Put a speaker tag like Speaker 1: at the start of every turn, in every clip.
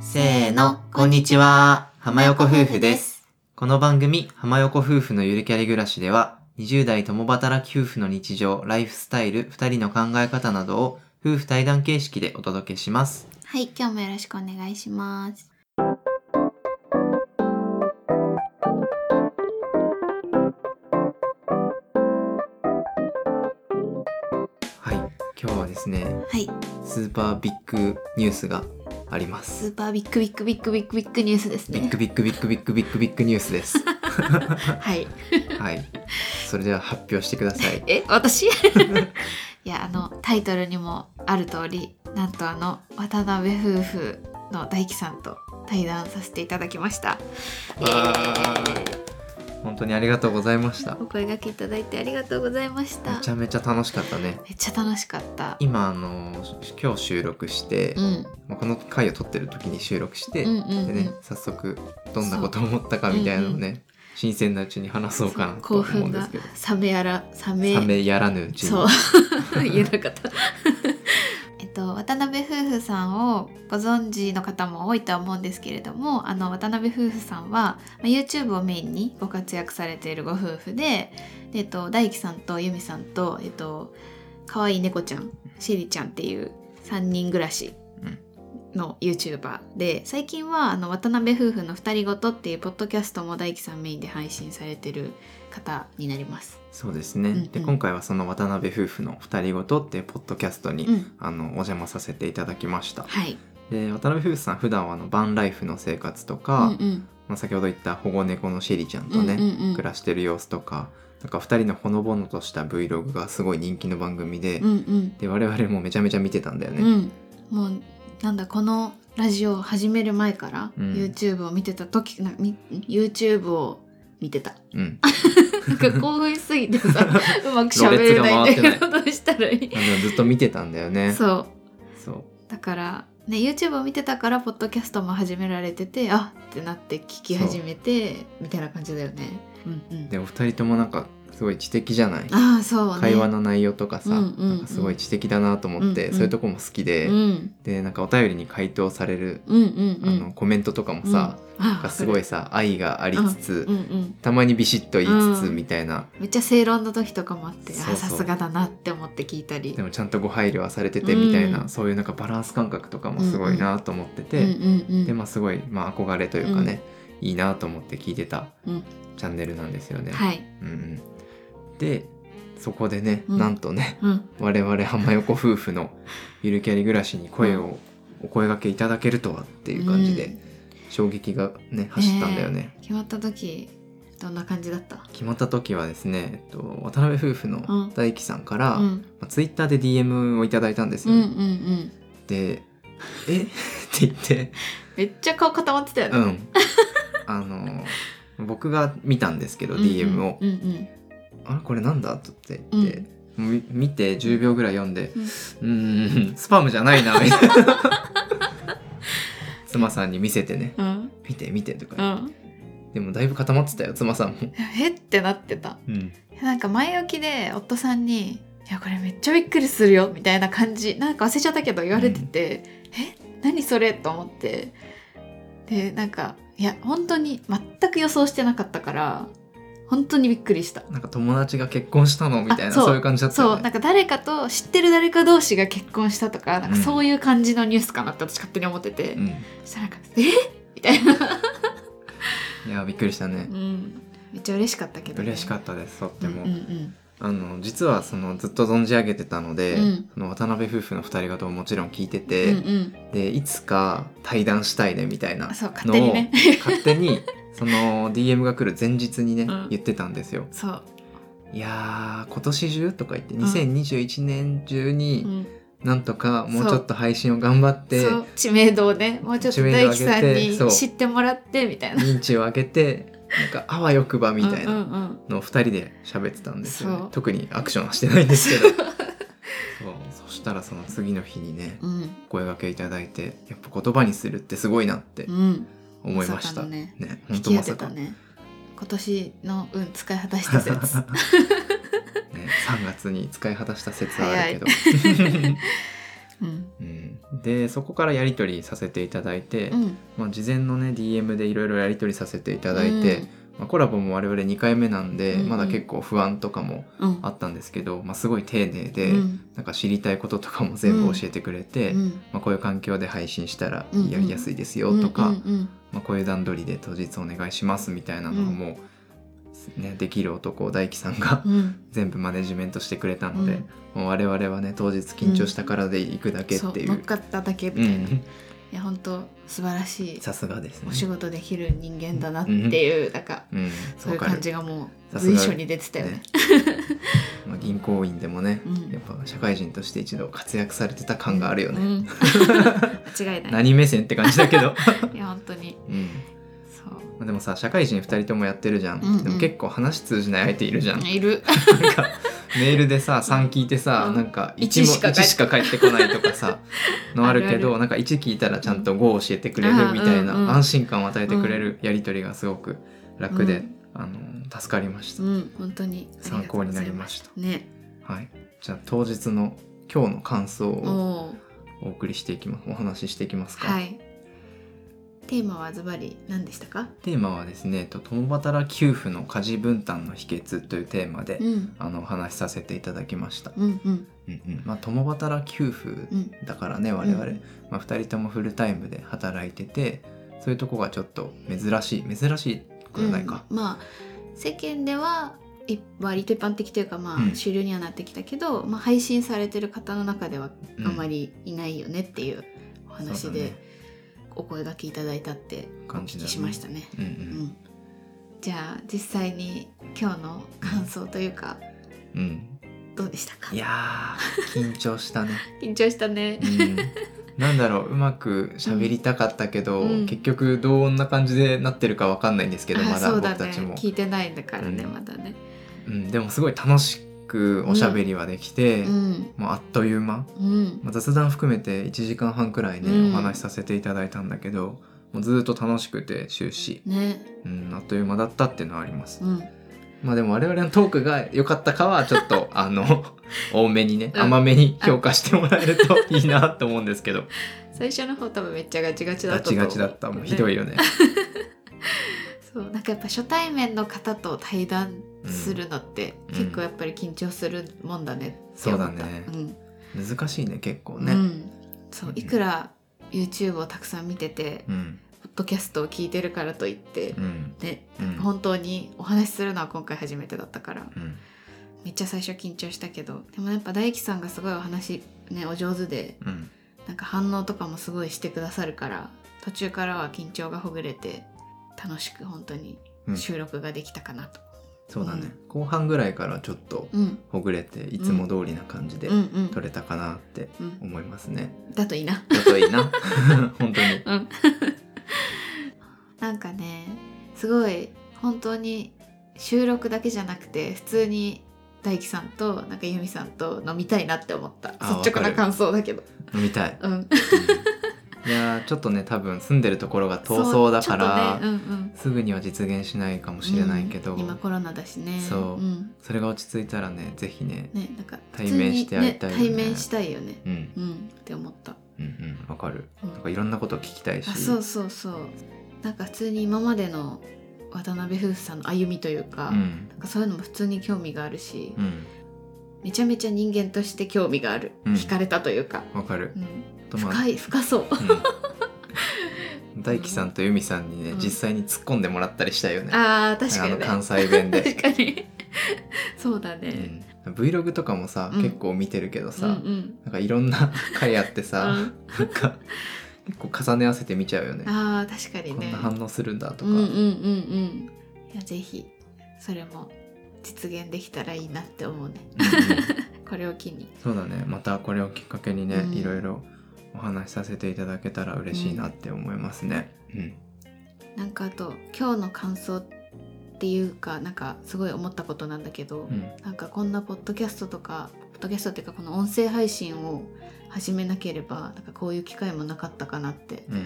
Speaker 1: せーの、こんにちは。浜横夫婦です。
Speaker 2: この番組、浜横夫婦のゆるキャリ暮らしでは、20代共働き夫婦の日常、ライフスタイル、二人の考え方などを、夫婦対談形式でお届けします。
Speaker 1: はい、今日もよろしくお願いします。
Speaker 2: はい。今日はですね、
Speaker 1: はい、
Speaker 2: スーパービッグニュースがありま
Speaker 1: ス
Speaker 2: す。
Speaker 1: ーパービッグビッグビッグビッグビッグニュースです
Speaker 2: ビッ
Speaker 1: ね
Speaker 2: グ。ビッグビッグビッグビッグビッグニュース です。
Speaker 1: はい。
Speaker 2: はい。それでは発表してください。
Speaker 1: え、私 いや、あの、タイトルにもある通り、なんとあの、渡辺夫婦の大輝さんと対談させていただきました。イエーイ
Speaker 2: 本当にありがとうございました
Speaker 1: お。声掛けいただいてありがとうございました。
Speaker 2: めちゃめちゃ楽しかったね。
Speaker 1: めっちゃ楽しかった。
Speaker 2: 今、あの、今日収録して
Speaker 1: う、ん、
Speaker 2: まあこの回を撮ってる時に収録して、
Speaker 1: うんうんう
Speaker 2: で
Speaker 1: ん、
Speaker 2: ね、早速どんなことを思ったかみたいなのをね、新鮮なうちに話そうかなと
Speaker 1: 興
Speaker 2: 思う
Speaker 1: 奮
Speaker 2: んで
Speaker 1: が
Speaker 2: すけど
Speaker 1: 冷めやら冷め
Speaker 2: 冷めやらぬうちに
Speaker 1: そう言えなかった えっと渡辺夫婦さんをご存知の方も多いとは思うんですけれどもあの渡辺夫婦さんはまあ YouTube をメインにご活躍されているご夫婦でで、えっと、大樹さんと由美さんと、えっと可愛い猫ちゃんシェリちゃんっていう3人暮らしの YouTuber で最近はあの渡辺夫婦の「二人ごと」っていうポッドキャストも大樹さんメインで配信されてる方になります。
Speaker 2: そうですね、
Speaker 1: うんうん
Speaker 2: で今回はその渡辺夫婦の「二人ごと」っていうポッドキャストに、
Speaker 1: うん、
Speaker 2: あのお邪魔させていただきました
Speaker 1: はい、
Speaker 2: で渡辺夫婦さん普段はあのバンライフの生活とか、
Speaker 1: うんうん
Speaker 2: まあ、先ほど言った保護猫のシェリちゃんとね、
Speaker 1: うんうんうん
Speaker 2: 暮らしてる様子とかなんか二人のほのぼのとした Vlog がすごい人気の番組で、
Speaker 1: うん
Speaker 2: で我々もめちゃめちゃ見てたんだよ
Speaker 1: うん、う
Speaker 2: ね、
Speaker 1: ん、もうなんだこのラジオを始める前から、
Speaker 2: うん
Speaker 1: YouTube を見てた時なみ YouTube を 見てた
Speaker 2: うん、
Speaker 1: なんか興奮しすぎてさ うまく喋れないんだ
Speaker 2: ろれ
Speaker 1: け
Speaker 2: つが回ってな
Speaker 1: どどうしたらいい
Speaker 2: あのずっと見てたんだよ ね
Speaker 1: そう
Speaker 2: そう
Speaker 1: だからね YouTube を見てたからポッドキャストも始められててあってなって聞き始めてみたいな感じだよねうんうん
Speaker 2: でお二人ともなんかすごい知的じゃない、
Speaker 1: ああそうね
Speaker 2: 会話の内容とかさ、
Speaker 1: うんうんうん
Speaker 2: なんかすごい知的だなと思って、
Speaker 1: うんうん
Speaker 2: そういうとこも好きで、
Speaker 1: うんうん
Speaker 2: でなんかお便りに回答される、
Speaker 1: うんうん
Speaker 2: あのコメントとかもさ、
Speaker 1: うん
Speaker 2: なんかすごいさ愛がありつつ、
Speaker 1: うんうん
Speaker 2: たまにビシッと言いつつ
Speaker 1: うん
Speaker 2: みたいな、
Speaker 1: めっちゃ正論の時とかもあって
Speaker 2: そうそう
Speaker 1: あさすがだなって思って聞いたり
Speaker 2: でもちゃんとご配慮はされててみたいな、
Speaker 1: うん
Speaker 2: そういうなんかバランス感覚とかもすごいなと思ってて、
Speaker 1: うんうんうん、
Speaker 2: でまあすごい、まあ、憧れというかね、いいなと思って聞いてた
Speaker 1: うん
Speaker 2: チャンネルなんですよね。
Speaker 1: はい、
Speaker 2: うんうんでそこでね、
Speaker 1: うん
Speaker 2: なんとね
Speaker 1: うん、
Speaker 2: 我々浜横夫婦のゆるキャリ暮らしに声を、お声掛けいただけるとはっていう感じ
Speaker 1: う
Speaker 2: で
Speaker 1: ん
Speaker 2: 衝撃がね走ったんだよね。
Speaker 1: 決まった時どんな感じだった
Speaker 2: 決まった時はですね、えっと、渡辺夫婦の大樹さんから、
Speaker 1: うん、う
Speaker 2: ま
Speaker 1: ん
Speaker 2: あ、ツイッターで DM をいただいたんです
Speaker 1: うんう
Speaker 2: よ、
Speaker 1: ん
Speaker 2: で「えって言って
Speaker 1: めっちゃ顔固まってたよ
Speaker 2: う
Speaker 1: ね、
Speaker 2: んあの僕が見たんですけど
Speaker 1: うんうん
Speaker 2: DM を
Speaker 1: うんうん
Speaker 2: 「あれこれなんだ?」とって言って、み見て10秒ぐらい読んで
Speaker 1: うん
Speaker 2: うーんスパムじゃないなみたいな 妻さんに見せてね
Speaker 1: うん
Speaker 2: 見て見てとか
Speaker 1: う
Speaker 2: 言って、
Speaker 1: ん
Speaker 2: でもだいぶ固まってたよ妻さんも、
Speaker 1: えってなってたなんか前置きで夫さんに「いやこれめっちゃびっくりするよ」みたいな感じなんか忘れちゃったけど言われてて「え何それ?」と思ってでなんかいや本当に全く予想してなかったから本当にびっくりした。
Speaker 2: なんか友達が結婚したのみたいな
Speaker 1: あ
Speaker 2: そ
Speaker 1: そうう
Speaker 2: いう感じだった
Speaker 1: そ
Speaker 2: よ
Speaker 1: うな
Speaker 2: ね
Speaker 1: んか誰かと知ってる誰か同士が結婚したとかなんか
Speaker 2: うん
Speaker 1: そういう感じのニュースかなって私勝手に思ってて、
Speaker 2: うん
Speaker 1: そしたらなんか「えみたいな、
Speaker 2: いやびっくりしたね
Speaker 1: う、ん、めっちゃ嬉しかったけど、
Speaker 2: 嬉しか
Speaker 1: っ
Speaker 2: ったですとっても、
Speaker 1: うんうん
Speaker 2: あの実はそのずっと存じ上げてたので、
Speaker 1: うん
Speaker 2: その渡辺夫婦の二人方ももちろん聞いて
Speaker 1: う
Speaker 2: て、
Speaker 1: ん、うんうん
Speaker 2: でいつか対談したいねみたいな
Speaker 1: あそう勝
Speaker 2: の
Speaker 1: 手
Speaker 2: を
Speaker 1: にね
Speaker 2: 勝手にその DM が来る前日にね、
Speaker 1: うん
Speaker 2: 言ってたんですよ。
Speaker 1: そう、
Speaker 2: いやー今年中とか言って
Speaker 1: ん
Speaker 2: 2021年中
Speaker 1: う
Speaker 2: に
Speaker 1: ん、
Speaker 2: なんとかもうちょっと配信を頑張って
Speaker 1: そう知名度をねもうちょっと
Speaker 2: 知名度
Speaker 1: 大
Speaker 2: を上
Speaker 1: 樹
Speaker 2: げて
Speaker 1: さんに
Speaker 2: そう
Speaker 1: 知ってもらってみたいな
Speaker 2: 認知を上げてなんかあわよくばみたい
Speaker 1: う
Speaker 2: な
Speaker 1: んうんうん
Speaker 2: のを2人で喋ってたんですよ、ね
Speaker 1: そう
Speaker 2: 特にアクションはしてないんですけ どそうそしたらその次の日にね
Speaker 1: うん
Speaker 2: お声掛けいただいてやっぱ言葉にするってすごいなって
Speaker 1: うん
Speaker 2: 思いまし
Speaker 1: まさか
Speaker 2: た、
Speaker 1: のね
Speaker 2: ね
Speaker 1: 引
Speaker 2: 本当
Speaker 1: き当
Speaker 2: ま
Speaker 1: て
Speaker 2: さ
Speaker 1: た
Speaker 2: か
Speaker 1: ね今年の運使い果たした説
Speaker 2: ね、3月に使い果たした説はあるけど
Speaker 1: うん
Speaker 2: うん、でそこからやり取りさせていただいて、
Speaker 1: うん
Speaker 2: まあ、事前のね DM でいろいろやり取りさせていただいて、まあ、コラボも我々2回目なんで、
Speaker 1: うんうん
Speaker 2: まだ結構不安とかも
Speaker 1: うんうん
Speaker 2: あったんですけど、まあ、すごい丁寧で、
Speaker 1: うん
Speaker 2: なんか知りたいこととかも全部教えてくれて、
Speaker 1: うん
Speaker 2: まあ、こういう環境で配信したら
Speaker 1: うんうん
Speaker 2: やりやすいですよとか、
Speaker 1: うんうん
Speaker 2: まあ、こういう段取りで当日お願いしますみたいなのがもう、ね、できる男大樹さんが
Speaker 1: うんうん
Speaker 2: 全部マネジメントしてくれたので、
Speaker 1: うん
Speaker 2: もう我々はね当日緊張したからで行くだけっ
Speaker 1: そう
Speaker 2: てい
Speaker 1: 乗っ
Speaker 2: う。
Speaker 1: かっただけみ
Speaker 2: う
Speaker 1: たいな、い
Speaker 2: ん
Speaker 1: や本当素晴らしい
Speaker 2: さすがですね。
Speaker 1: お仕事できる人間だなっていう、なんか
Speaker 2: うん、
Speaker 1: そうい
Speaker 2: わ
Speaker 1: う
Speaker 2: かる
Speaker 1: 感じがもう
Speaker 2: さすが
Speaker 1: 随所に出てたよね。
Speaker 2: まあ、銀行員でもね、
Speaker 1: うん
Speaker 2: やっぱ社会人として一度活躍されてた感があるよね、
Speaker 1: うん間違いない。
Speaker 2: 何目線って感じだ けど、
Speaker 1: いや本当に
Speaker 2: うん
Speaker 1: そう。
Speaker 2: まあ、でもさ社会人2人ともやってるじゃん、
Speaker 1: うんうん
Speaker 2: でも結構話通じない相手いるじゃん、
Speaker 1: いる。
Speaker 2: なんかメールでさ3聞いてさ、
Speaker 1: うん
Speaker 2: なんか
Speaker 1: 一
Speaker 2: 1, も
Speaker 1: しか返って
Speaker 2: 1しか返ってこないとかさのあるけ
Speaker 1: ある
Speaker 2: ど
Speaker 1: ある
Speaker 2: なんか1聞いたらちゃんと5を教えてくれるみたいな、
Speaker 1: あーうんうん
Speaker 2: 安心感を与えてくれるやり取りがすごく楽で、
Speaker 1: うん
Speaker 2: あの助かりました
Speaker 1: う。ん本当にあがとうござい
Speaker 2: 参考になりました
Speaker 1: ね。
Speaker 2: はい、じゃあ当日の今日の感想
Speaker 1: お
Speaker 2: を
Speaker 1: お
Speaker 2: お
Speaker 1: ー
Speaker 2: 送りしていきますお話ししていきますか、
Speaker 1: はい。テーマはズバリ何でしたか？
Speaker 2: テーマはですねえっと共働き給付の家事分担の秘訣というテーマで、
Speaker 1: うん
Speaker 2: あのお話しさせていただきました、
Speaker 1: うんうん
Speaker 2: うんうんまあ、共働き給付
Speaker 1: うん
Speaker 2: だからね我々、
Speaker 1: うん
Speaker 2: まあ、2人ともフルタイムで働いててそういうとこがちょっと珍しい珍しくはないか、
Speaker 1: うんまあ世間では一割と一般的というかまあ、
Speaker 2: うん
Speaker 1: 主流にはなってきたけど、まあ、配信されてる方の中では
Speaker 2: うん
Speaker 1: あまりいないよねっていうお話で
Speaker 2: そう
Speaker 1: お声がけいただいたってお
Speaker 2: 感じ
Speaker 1: 聞
Speaker 2: だね
Speaker 1: きしましたね。
Speaker 2: だね
Speaker 1: う
Speaker 2: うん
Speaker 1: ん、じゃあ実際に今日の感想というか
Speaker 2: うん、うん
Speaker 1: どうでしたか
Speaker 2: いやー緊張したね
Speaker 1: 緊張したね。
Speaker 2: うんなんだろううまく喋りたかったけど、
Speaker 1: うん
Speaker 2: 結局どんな感じでなってるかわかんないんですけど
Speaker 1: あ
Speaker 2: まだ
Speaker 1: そう
Speaker 2: 僕
Speaker 1: だ
Speaker 2: た
Speaker 1: ね
Speaker 2: ちも、
Speaker 1: 聞いてないんだからね、
Speaker 2: うん
Speaker 1: まだね。
Speaker 2: うん、でもすごい楽しくおしゃべりはできて、
Speaker 1: うん
Speaker 2: もうあっという間、
Speaker 1: うん
Speaker 2: まあ、雑談含めて1時間半くらいね、
Speaker 1: う
Speaker 2: お
Speaker 1: ん
Speaker 2: 話しさせていただいたんだけどもうずっと楽しくて終始、
Speaker 1: ね
Speaker 2: うん、あっという間だったっていうのはあります、
Speaker 1: うん
Speaker 2: まあでも我々のトークが良かったかはちょっ とあの多めにね
Speaker 1: うん
Speaker 2: 甘めに評価してもらえるといいなと思うんです けど
Speaker 1: 最初の方多分めっちゃガチガチだっ
Speaker 2: ガ
Speaker 1: たと
Speaker 2: チ
Speaker 1: 思う
Speaker 2: ガチだったもうひどいよね
Speaker 1: そうなんかやっぱ初対面の方と対談するのって、
Speaker 2: うん
Speaker 1: 結構やっぱり緊張するもんだねって思った
Speaker 2: そうだね
Speaker 1: ん
Speaker 2: 難しいね結構
Speaker 1: う
Speaker 2: ね、
Speaker 1: んそう
Speaker 2: うん
Speaker 1: いくら YouTube をたくさん見てて、
Speaker 2: うん
Speaker 1: ポッドキャストを聞いてるからといって、
Speaker 2: うん
Speaker 1: ね
Speaker 2: うん
Speaker 1: 本当にお話しするのは今回初めてだったから
Speaker 2: うん
Speaker 1: めっちゃ最初緊張したけどでもやっぱ大樹さんがすごいお話ねお上手で
Speaker 2: うん
Speaker 1: なんか反応とかもすごいしてくださるから途中からは緊張がほぐれて楽しく本当に
Speaker 2: うん
Speaker 1: 収録ができたかなと、
Speaker 2: そうだね、後半ぐらいからちょっと
Speaker 1: うん、
Speaker 2: ほぐれていつも通りな感じで
Speaker 1: うんうん
Speaker 2: 撮れたかなって
Speaker 1: うん
Speaker 2: 思いますね、
Speaker 1: だといいな
Speaker 2: ちょっといいな 本当に
Speaker 1: うんなんかねすごい本当に収録だけじゃなくて普通に大樹さんとなんか由美さんと飲みたいなって思った
Speaker 2: あ
Speaker 1: 率直
Speaker 2: わかる
Speaker 1: な感想だけど
Speaker 2: 飲みたい、
Speaker 1: うん
Speaker 2: うんいやーちょっとね多分住んでるところが遠そうだから、
Speaker 1: そうちょっとねうんうん
Speaker 2: すぐには実現しないかもしれないけど、
Speaker 1: うん今コロナだしね
Speaker 2: そうんそれが落ち着いたらねぜひね
Speaker 1: ねなんか
Speaker 2: 対面して会いたいよね
Speaker 1: 普通に対面したいよね
Speaker 2: うん
Speaker 1: うんって思った、
Speaker 2: うんうんわかる
Speaker 1: うん
Speaker 2: なんかいろんなこと聞きたいし
Speaker 1: あそうそうそうなんか普通に今までの渡辺夫婦さんの歩みというか,、
Speaker 2: うん
Speaker 1: なんかそういうのも普通に興味があるし、
Speaker 2: うん
Speaker 1: めちゃめちゃ人間として興味がある、
Speaker 2: うん
Speaker 1: 惹かれたというか、
Speaker 2: わかる
Speaker 1: うん
Speaker 2: とまあ
Speaker 1: 深い深そう
Speaker 2: うん大樹さんと由美さんにね、
Speaker 1: うん
Speaker 2: 実際に突っ込んでもらったりしたいよね。
Speaker 1: あー確か
Speaker 2: あの
Speaker 1: にね
Speaker 2: 関西弁 で
Speaker 1: 確。かにそうだね、
Speaker 2: うん Vlog とかもさ、
Speaker 1: うん
Speaker 2: 結構見てるけど
Speaker 1: うん、
Speaker 2: さ、
Speaker 1: うん
Speaker 2: なんかいろんな 回あって
Speaker 1: う
Speaker 2: さ、
Speaker 1: ん
Speaker 2: なんか結構重ね合わせて見ちゃうよね。
Speaker 1: あー確かに
Speaker 2: こん
Speaker 1: ね
Speaker 2: な反応するんだと
Speaker 1: うん
Speaker 2: か。
Speaker 1: うんうんうんいやぜひそれも実現できたらいいなって思うね
Speaker 2: うんうん
Speaker 1: これを機に
Speaker 2: そうだ ね。またこれをきっかけにね、
Speaker 1: うん
Speaker 2: いろいろお話しさせていただけたら嬉しいなって思いますね。うん。
Speaker 1: なんかあと今日の感想っていうかなんかすごい思ったことなんだけど、
Speaker 2: うん。
Speaker 1: なんかこんなポッドキャストとかポッドキャストっていうかこの音声配信を始めなければなんかこういう機会もなかったかなって
Speaker 2: うん。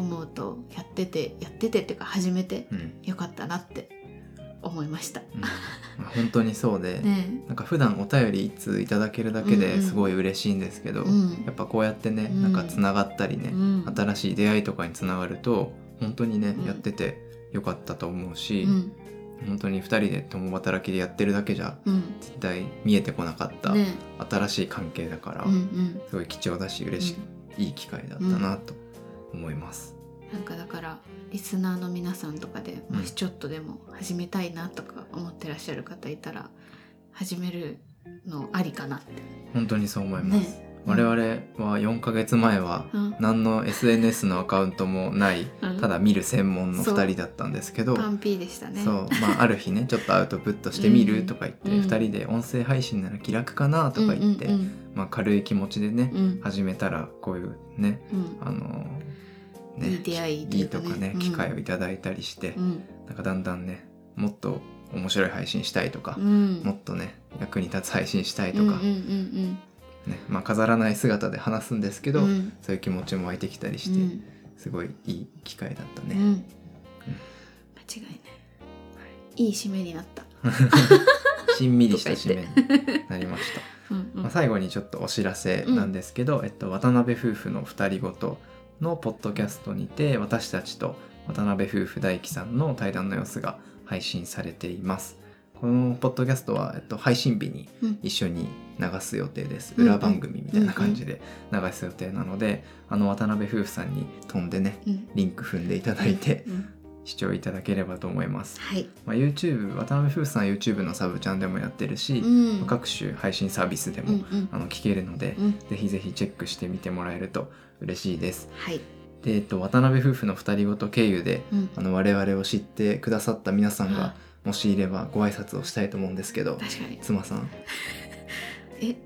Speaker 1: 思うとやっててやっててっていうか始めて
Speaker 2: うん。
Speaker 1: よかったなって思いました。
Speaker 2: うん本当にそうで、
Speaker 1: ね
Speaker 2: なんか普段お便り一通いただけるだけ
Speaker 1: うんう
Speaker 2: で
Speaker 1: ん
Speaker 2: すごい嬉しいんですけど、
Speaker 1: うん
Speaker 2: やっぱこうやってね、
Speaker 1: うん
Speaker 2: なんかつながったりね、
Speaker 1: うん
Speaker 2: 新しい出会いとかにつながると本当にね、
Speaker 1: うん
Speaker 2: やっててよかったと思うし、
Speaker 1: うん
Speaker 2: 本当に2人で共働きでやってるだけじゃ
Speaker 1: うん
Speaker 2: 絶対見えてこなかった
Speaker 1: ね
Speaker 2: 新しい関係だから、
Speaker 1: うんうん
Speaker 2: すごい貴重だし嬉しい、いい機会だったなと思います。
Speaker 1: なんかだからリスナーの皆さんとかで
Speaker 2: うん
Speaker 1: もしちょっとでも始めたいなとか思ってらっしゃる方いたら始めるのありかなって
Speaker 2: 本当にそう思います、
Speaker 1: ね
Speaker 2: 我々は4ヶ月前は
Speaker 1: うん
Speaker 2: 何の SNS のアカウントもない
Speaker 1: うん
Speaker 2: ただ見る専門の
Speaker 1: そう
Speaker 2: 2人だったんですけど
Speaker 1: パンピーでしたね
Speaker 2: そう、まあ、ある日ねちょっとアウトプットしてみるとか言って、
Speaker 1: うん
Speaker 2: 2人で音声配信なら気楽かなとか言って、
Speaker 1: うん
Speaker 2: まあ、軽い気持ちでね
Speaker 1: うんうん
Speaker 2: 始めたらこういうね
Speaker 1: うん
Speaker 2: あのね
Speaker 1: いい出会いと
Speaker 2: い
Speaker 1: い
Speaker 2: いう
Speaker 1: か
Speaker 2: と
Speaker 1: ね
Speaker 2: かね、
Speaker 1: うん
Speaker 2: 機会をいただいたりして、
Speaker 1: うん
Speaker 2: なんかだんだんねもっと面白い配信したいとか
Speaker 1: う、ん
Speaker 2: もっとね役に立つ配信したいと
Speaker 1: うんうん
Speaker 2: か、ねまあ、飾らない姿で話すんですけ
Speaker 1: うんうん
Speaker 2: ど、
Speaker 1: うん
Speaker 2: そういう気持ちも湧いてきたりし
Speaker 1: う
Speaker 2: て、
Speaker 1: ん
Speaker 2: すごいいい機会だった
Speaker 1: うん
Speaker 2: ね。
Speaker 1: 間違いないいい締めになった
Speaker 2: しんみりした締めになりました。
Speaker 1: うんうん
Speaker 2: まあ、最後にちょっとお知らせなんですけど、えっと、渡辺夫婦の二人ごとのポッドキャストにて私たちと渡辺夫婦大樹さんの対談の様子が配信されていますこのポッドキャストは、えっと、配信日に
Speaker 1: うん
Speaker 2: 一緒に流す予定です、
Speaker 1: うんうん
Speaker 2: 裏番組みたいな感じで流す予定なので、あの渡辺夫婦さんに飛んでね
Speaker 1: うん
Speaker 2: リンク踏んでいただいて
Speaker 1: うん
Speaker 2: 視聴いただければと思います、
Speaker 1: はい
Speaker 2: まあ、YouTube 渡辺夫婦さんは YouTube のサブチャンでもやってるし、
Speaker 1: うん
Speaker 2: 各種配信サービスで
Speaker 1: う
Speaker 2: も
Speaker 1: んうん
Speaker 2: あの聞けるので、
Speaker 1: うん
Speaker 2: ぜひぜひチェックしてみてもらえると嬉しいです。
Speaker 1: はい
Speaker 2: で、えっと、渡辺夫婦の二人ごと経由で、
Speaker 1: うん
Speaker 2: あの我々を知ってくださった皆さん
Speaker 1: は
Speaker 2: が、もしいればご挨拶をしたいと思うんですけど、
Speaker 1: 確かに
Speaker 2: 妻さん。
Speaker 1: え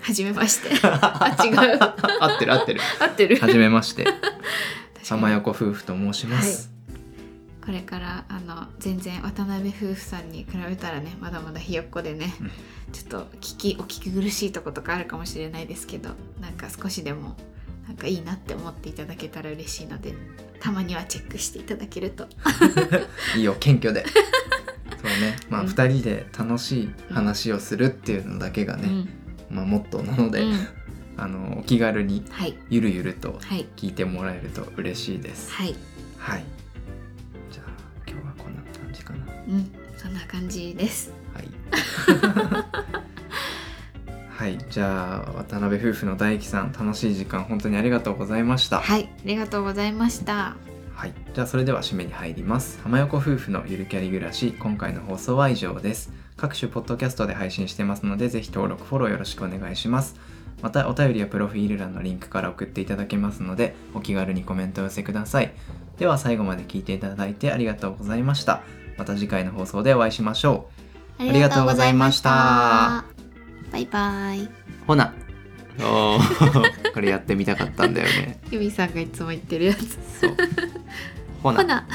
Speaker 1: はじめまして
Speaker 2: あ
Speaker 1: 違う
Speaker 2: 合ってる合ってる。
Speaker 1: 合ってる
Speaker 2: はじめまして、
Speaker 1: 確かに
Speaker 2: 浜横夫婦と申します。
Speaker 1: これからあの全然渡辺夫婦さんに比べたらねまだまだひよっこでね、ちょっと聞きお聞き苦しいとことかあるかもしれないですけどなんか少しでもなんかいいなって思っていただけたら嬉しいのでたまにはチェックしていただけると
Speaker 2: い、いよ謙虚 で。そうね、まあ、
Speaker 1: うん
Speaker 2: 二人で楽しい話をするっていうのだけがね、まあ、モットーなの
Speaker 1: うん
Speaker 2: で、
Speaker 1: うん
Speaker 2: あのお気軽に
Speaker 1: はい
Speaker 2: ゆるゆると
Speaker 1: はい
Speaker 2: 聞いてもらえると嬉しいです。
Speaker 1: はい、
Speaker 2: はい。じゃあ今日はこんな感じかな。は
Speaker 1: うん、そんな感じです
Speaker 2: い。はい、じゃあ渡辺夫婦の大樹さん楽しい時間本当にありがとうございました。
Speaker 1: はいありがとうございました
Speaker 2: はい、じゃあそれでは締めに入ります浜横夫婦のゆるキャリ暮らし今回の放送は以上です各種ポッドキャストで配信してますのでぜひ登録フォローよろしくお願いしますまたお便りやプロフィール欄のリンクから送っていただけますのでお気軽にコメントをお寄せくださいでは最後まで聞いていただいてありがとうございましたまた次回の放送でお会いしましょ
Speaker 1: あ
Speaker 2: りがとうございました
Speaker 1: バイバイ
Speaker 2: うほ なこれやってみたかったんだよね
Speaker 1: ゆみさんがいつも言ってるやつ
Speaker 2: そうほ
Speaker 1: ほな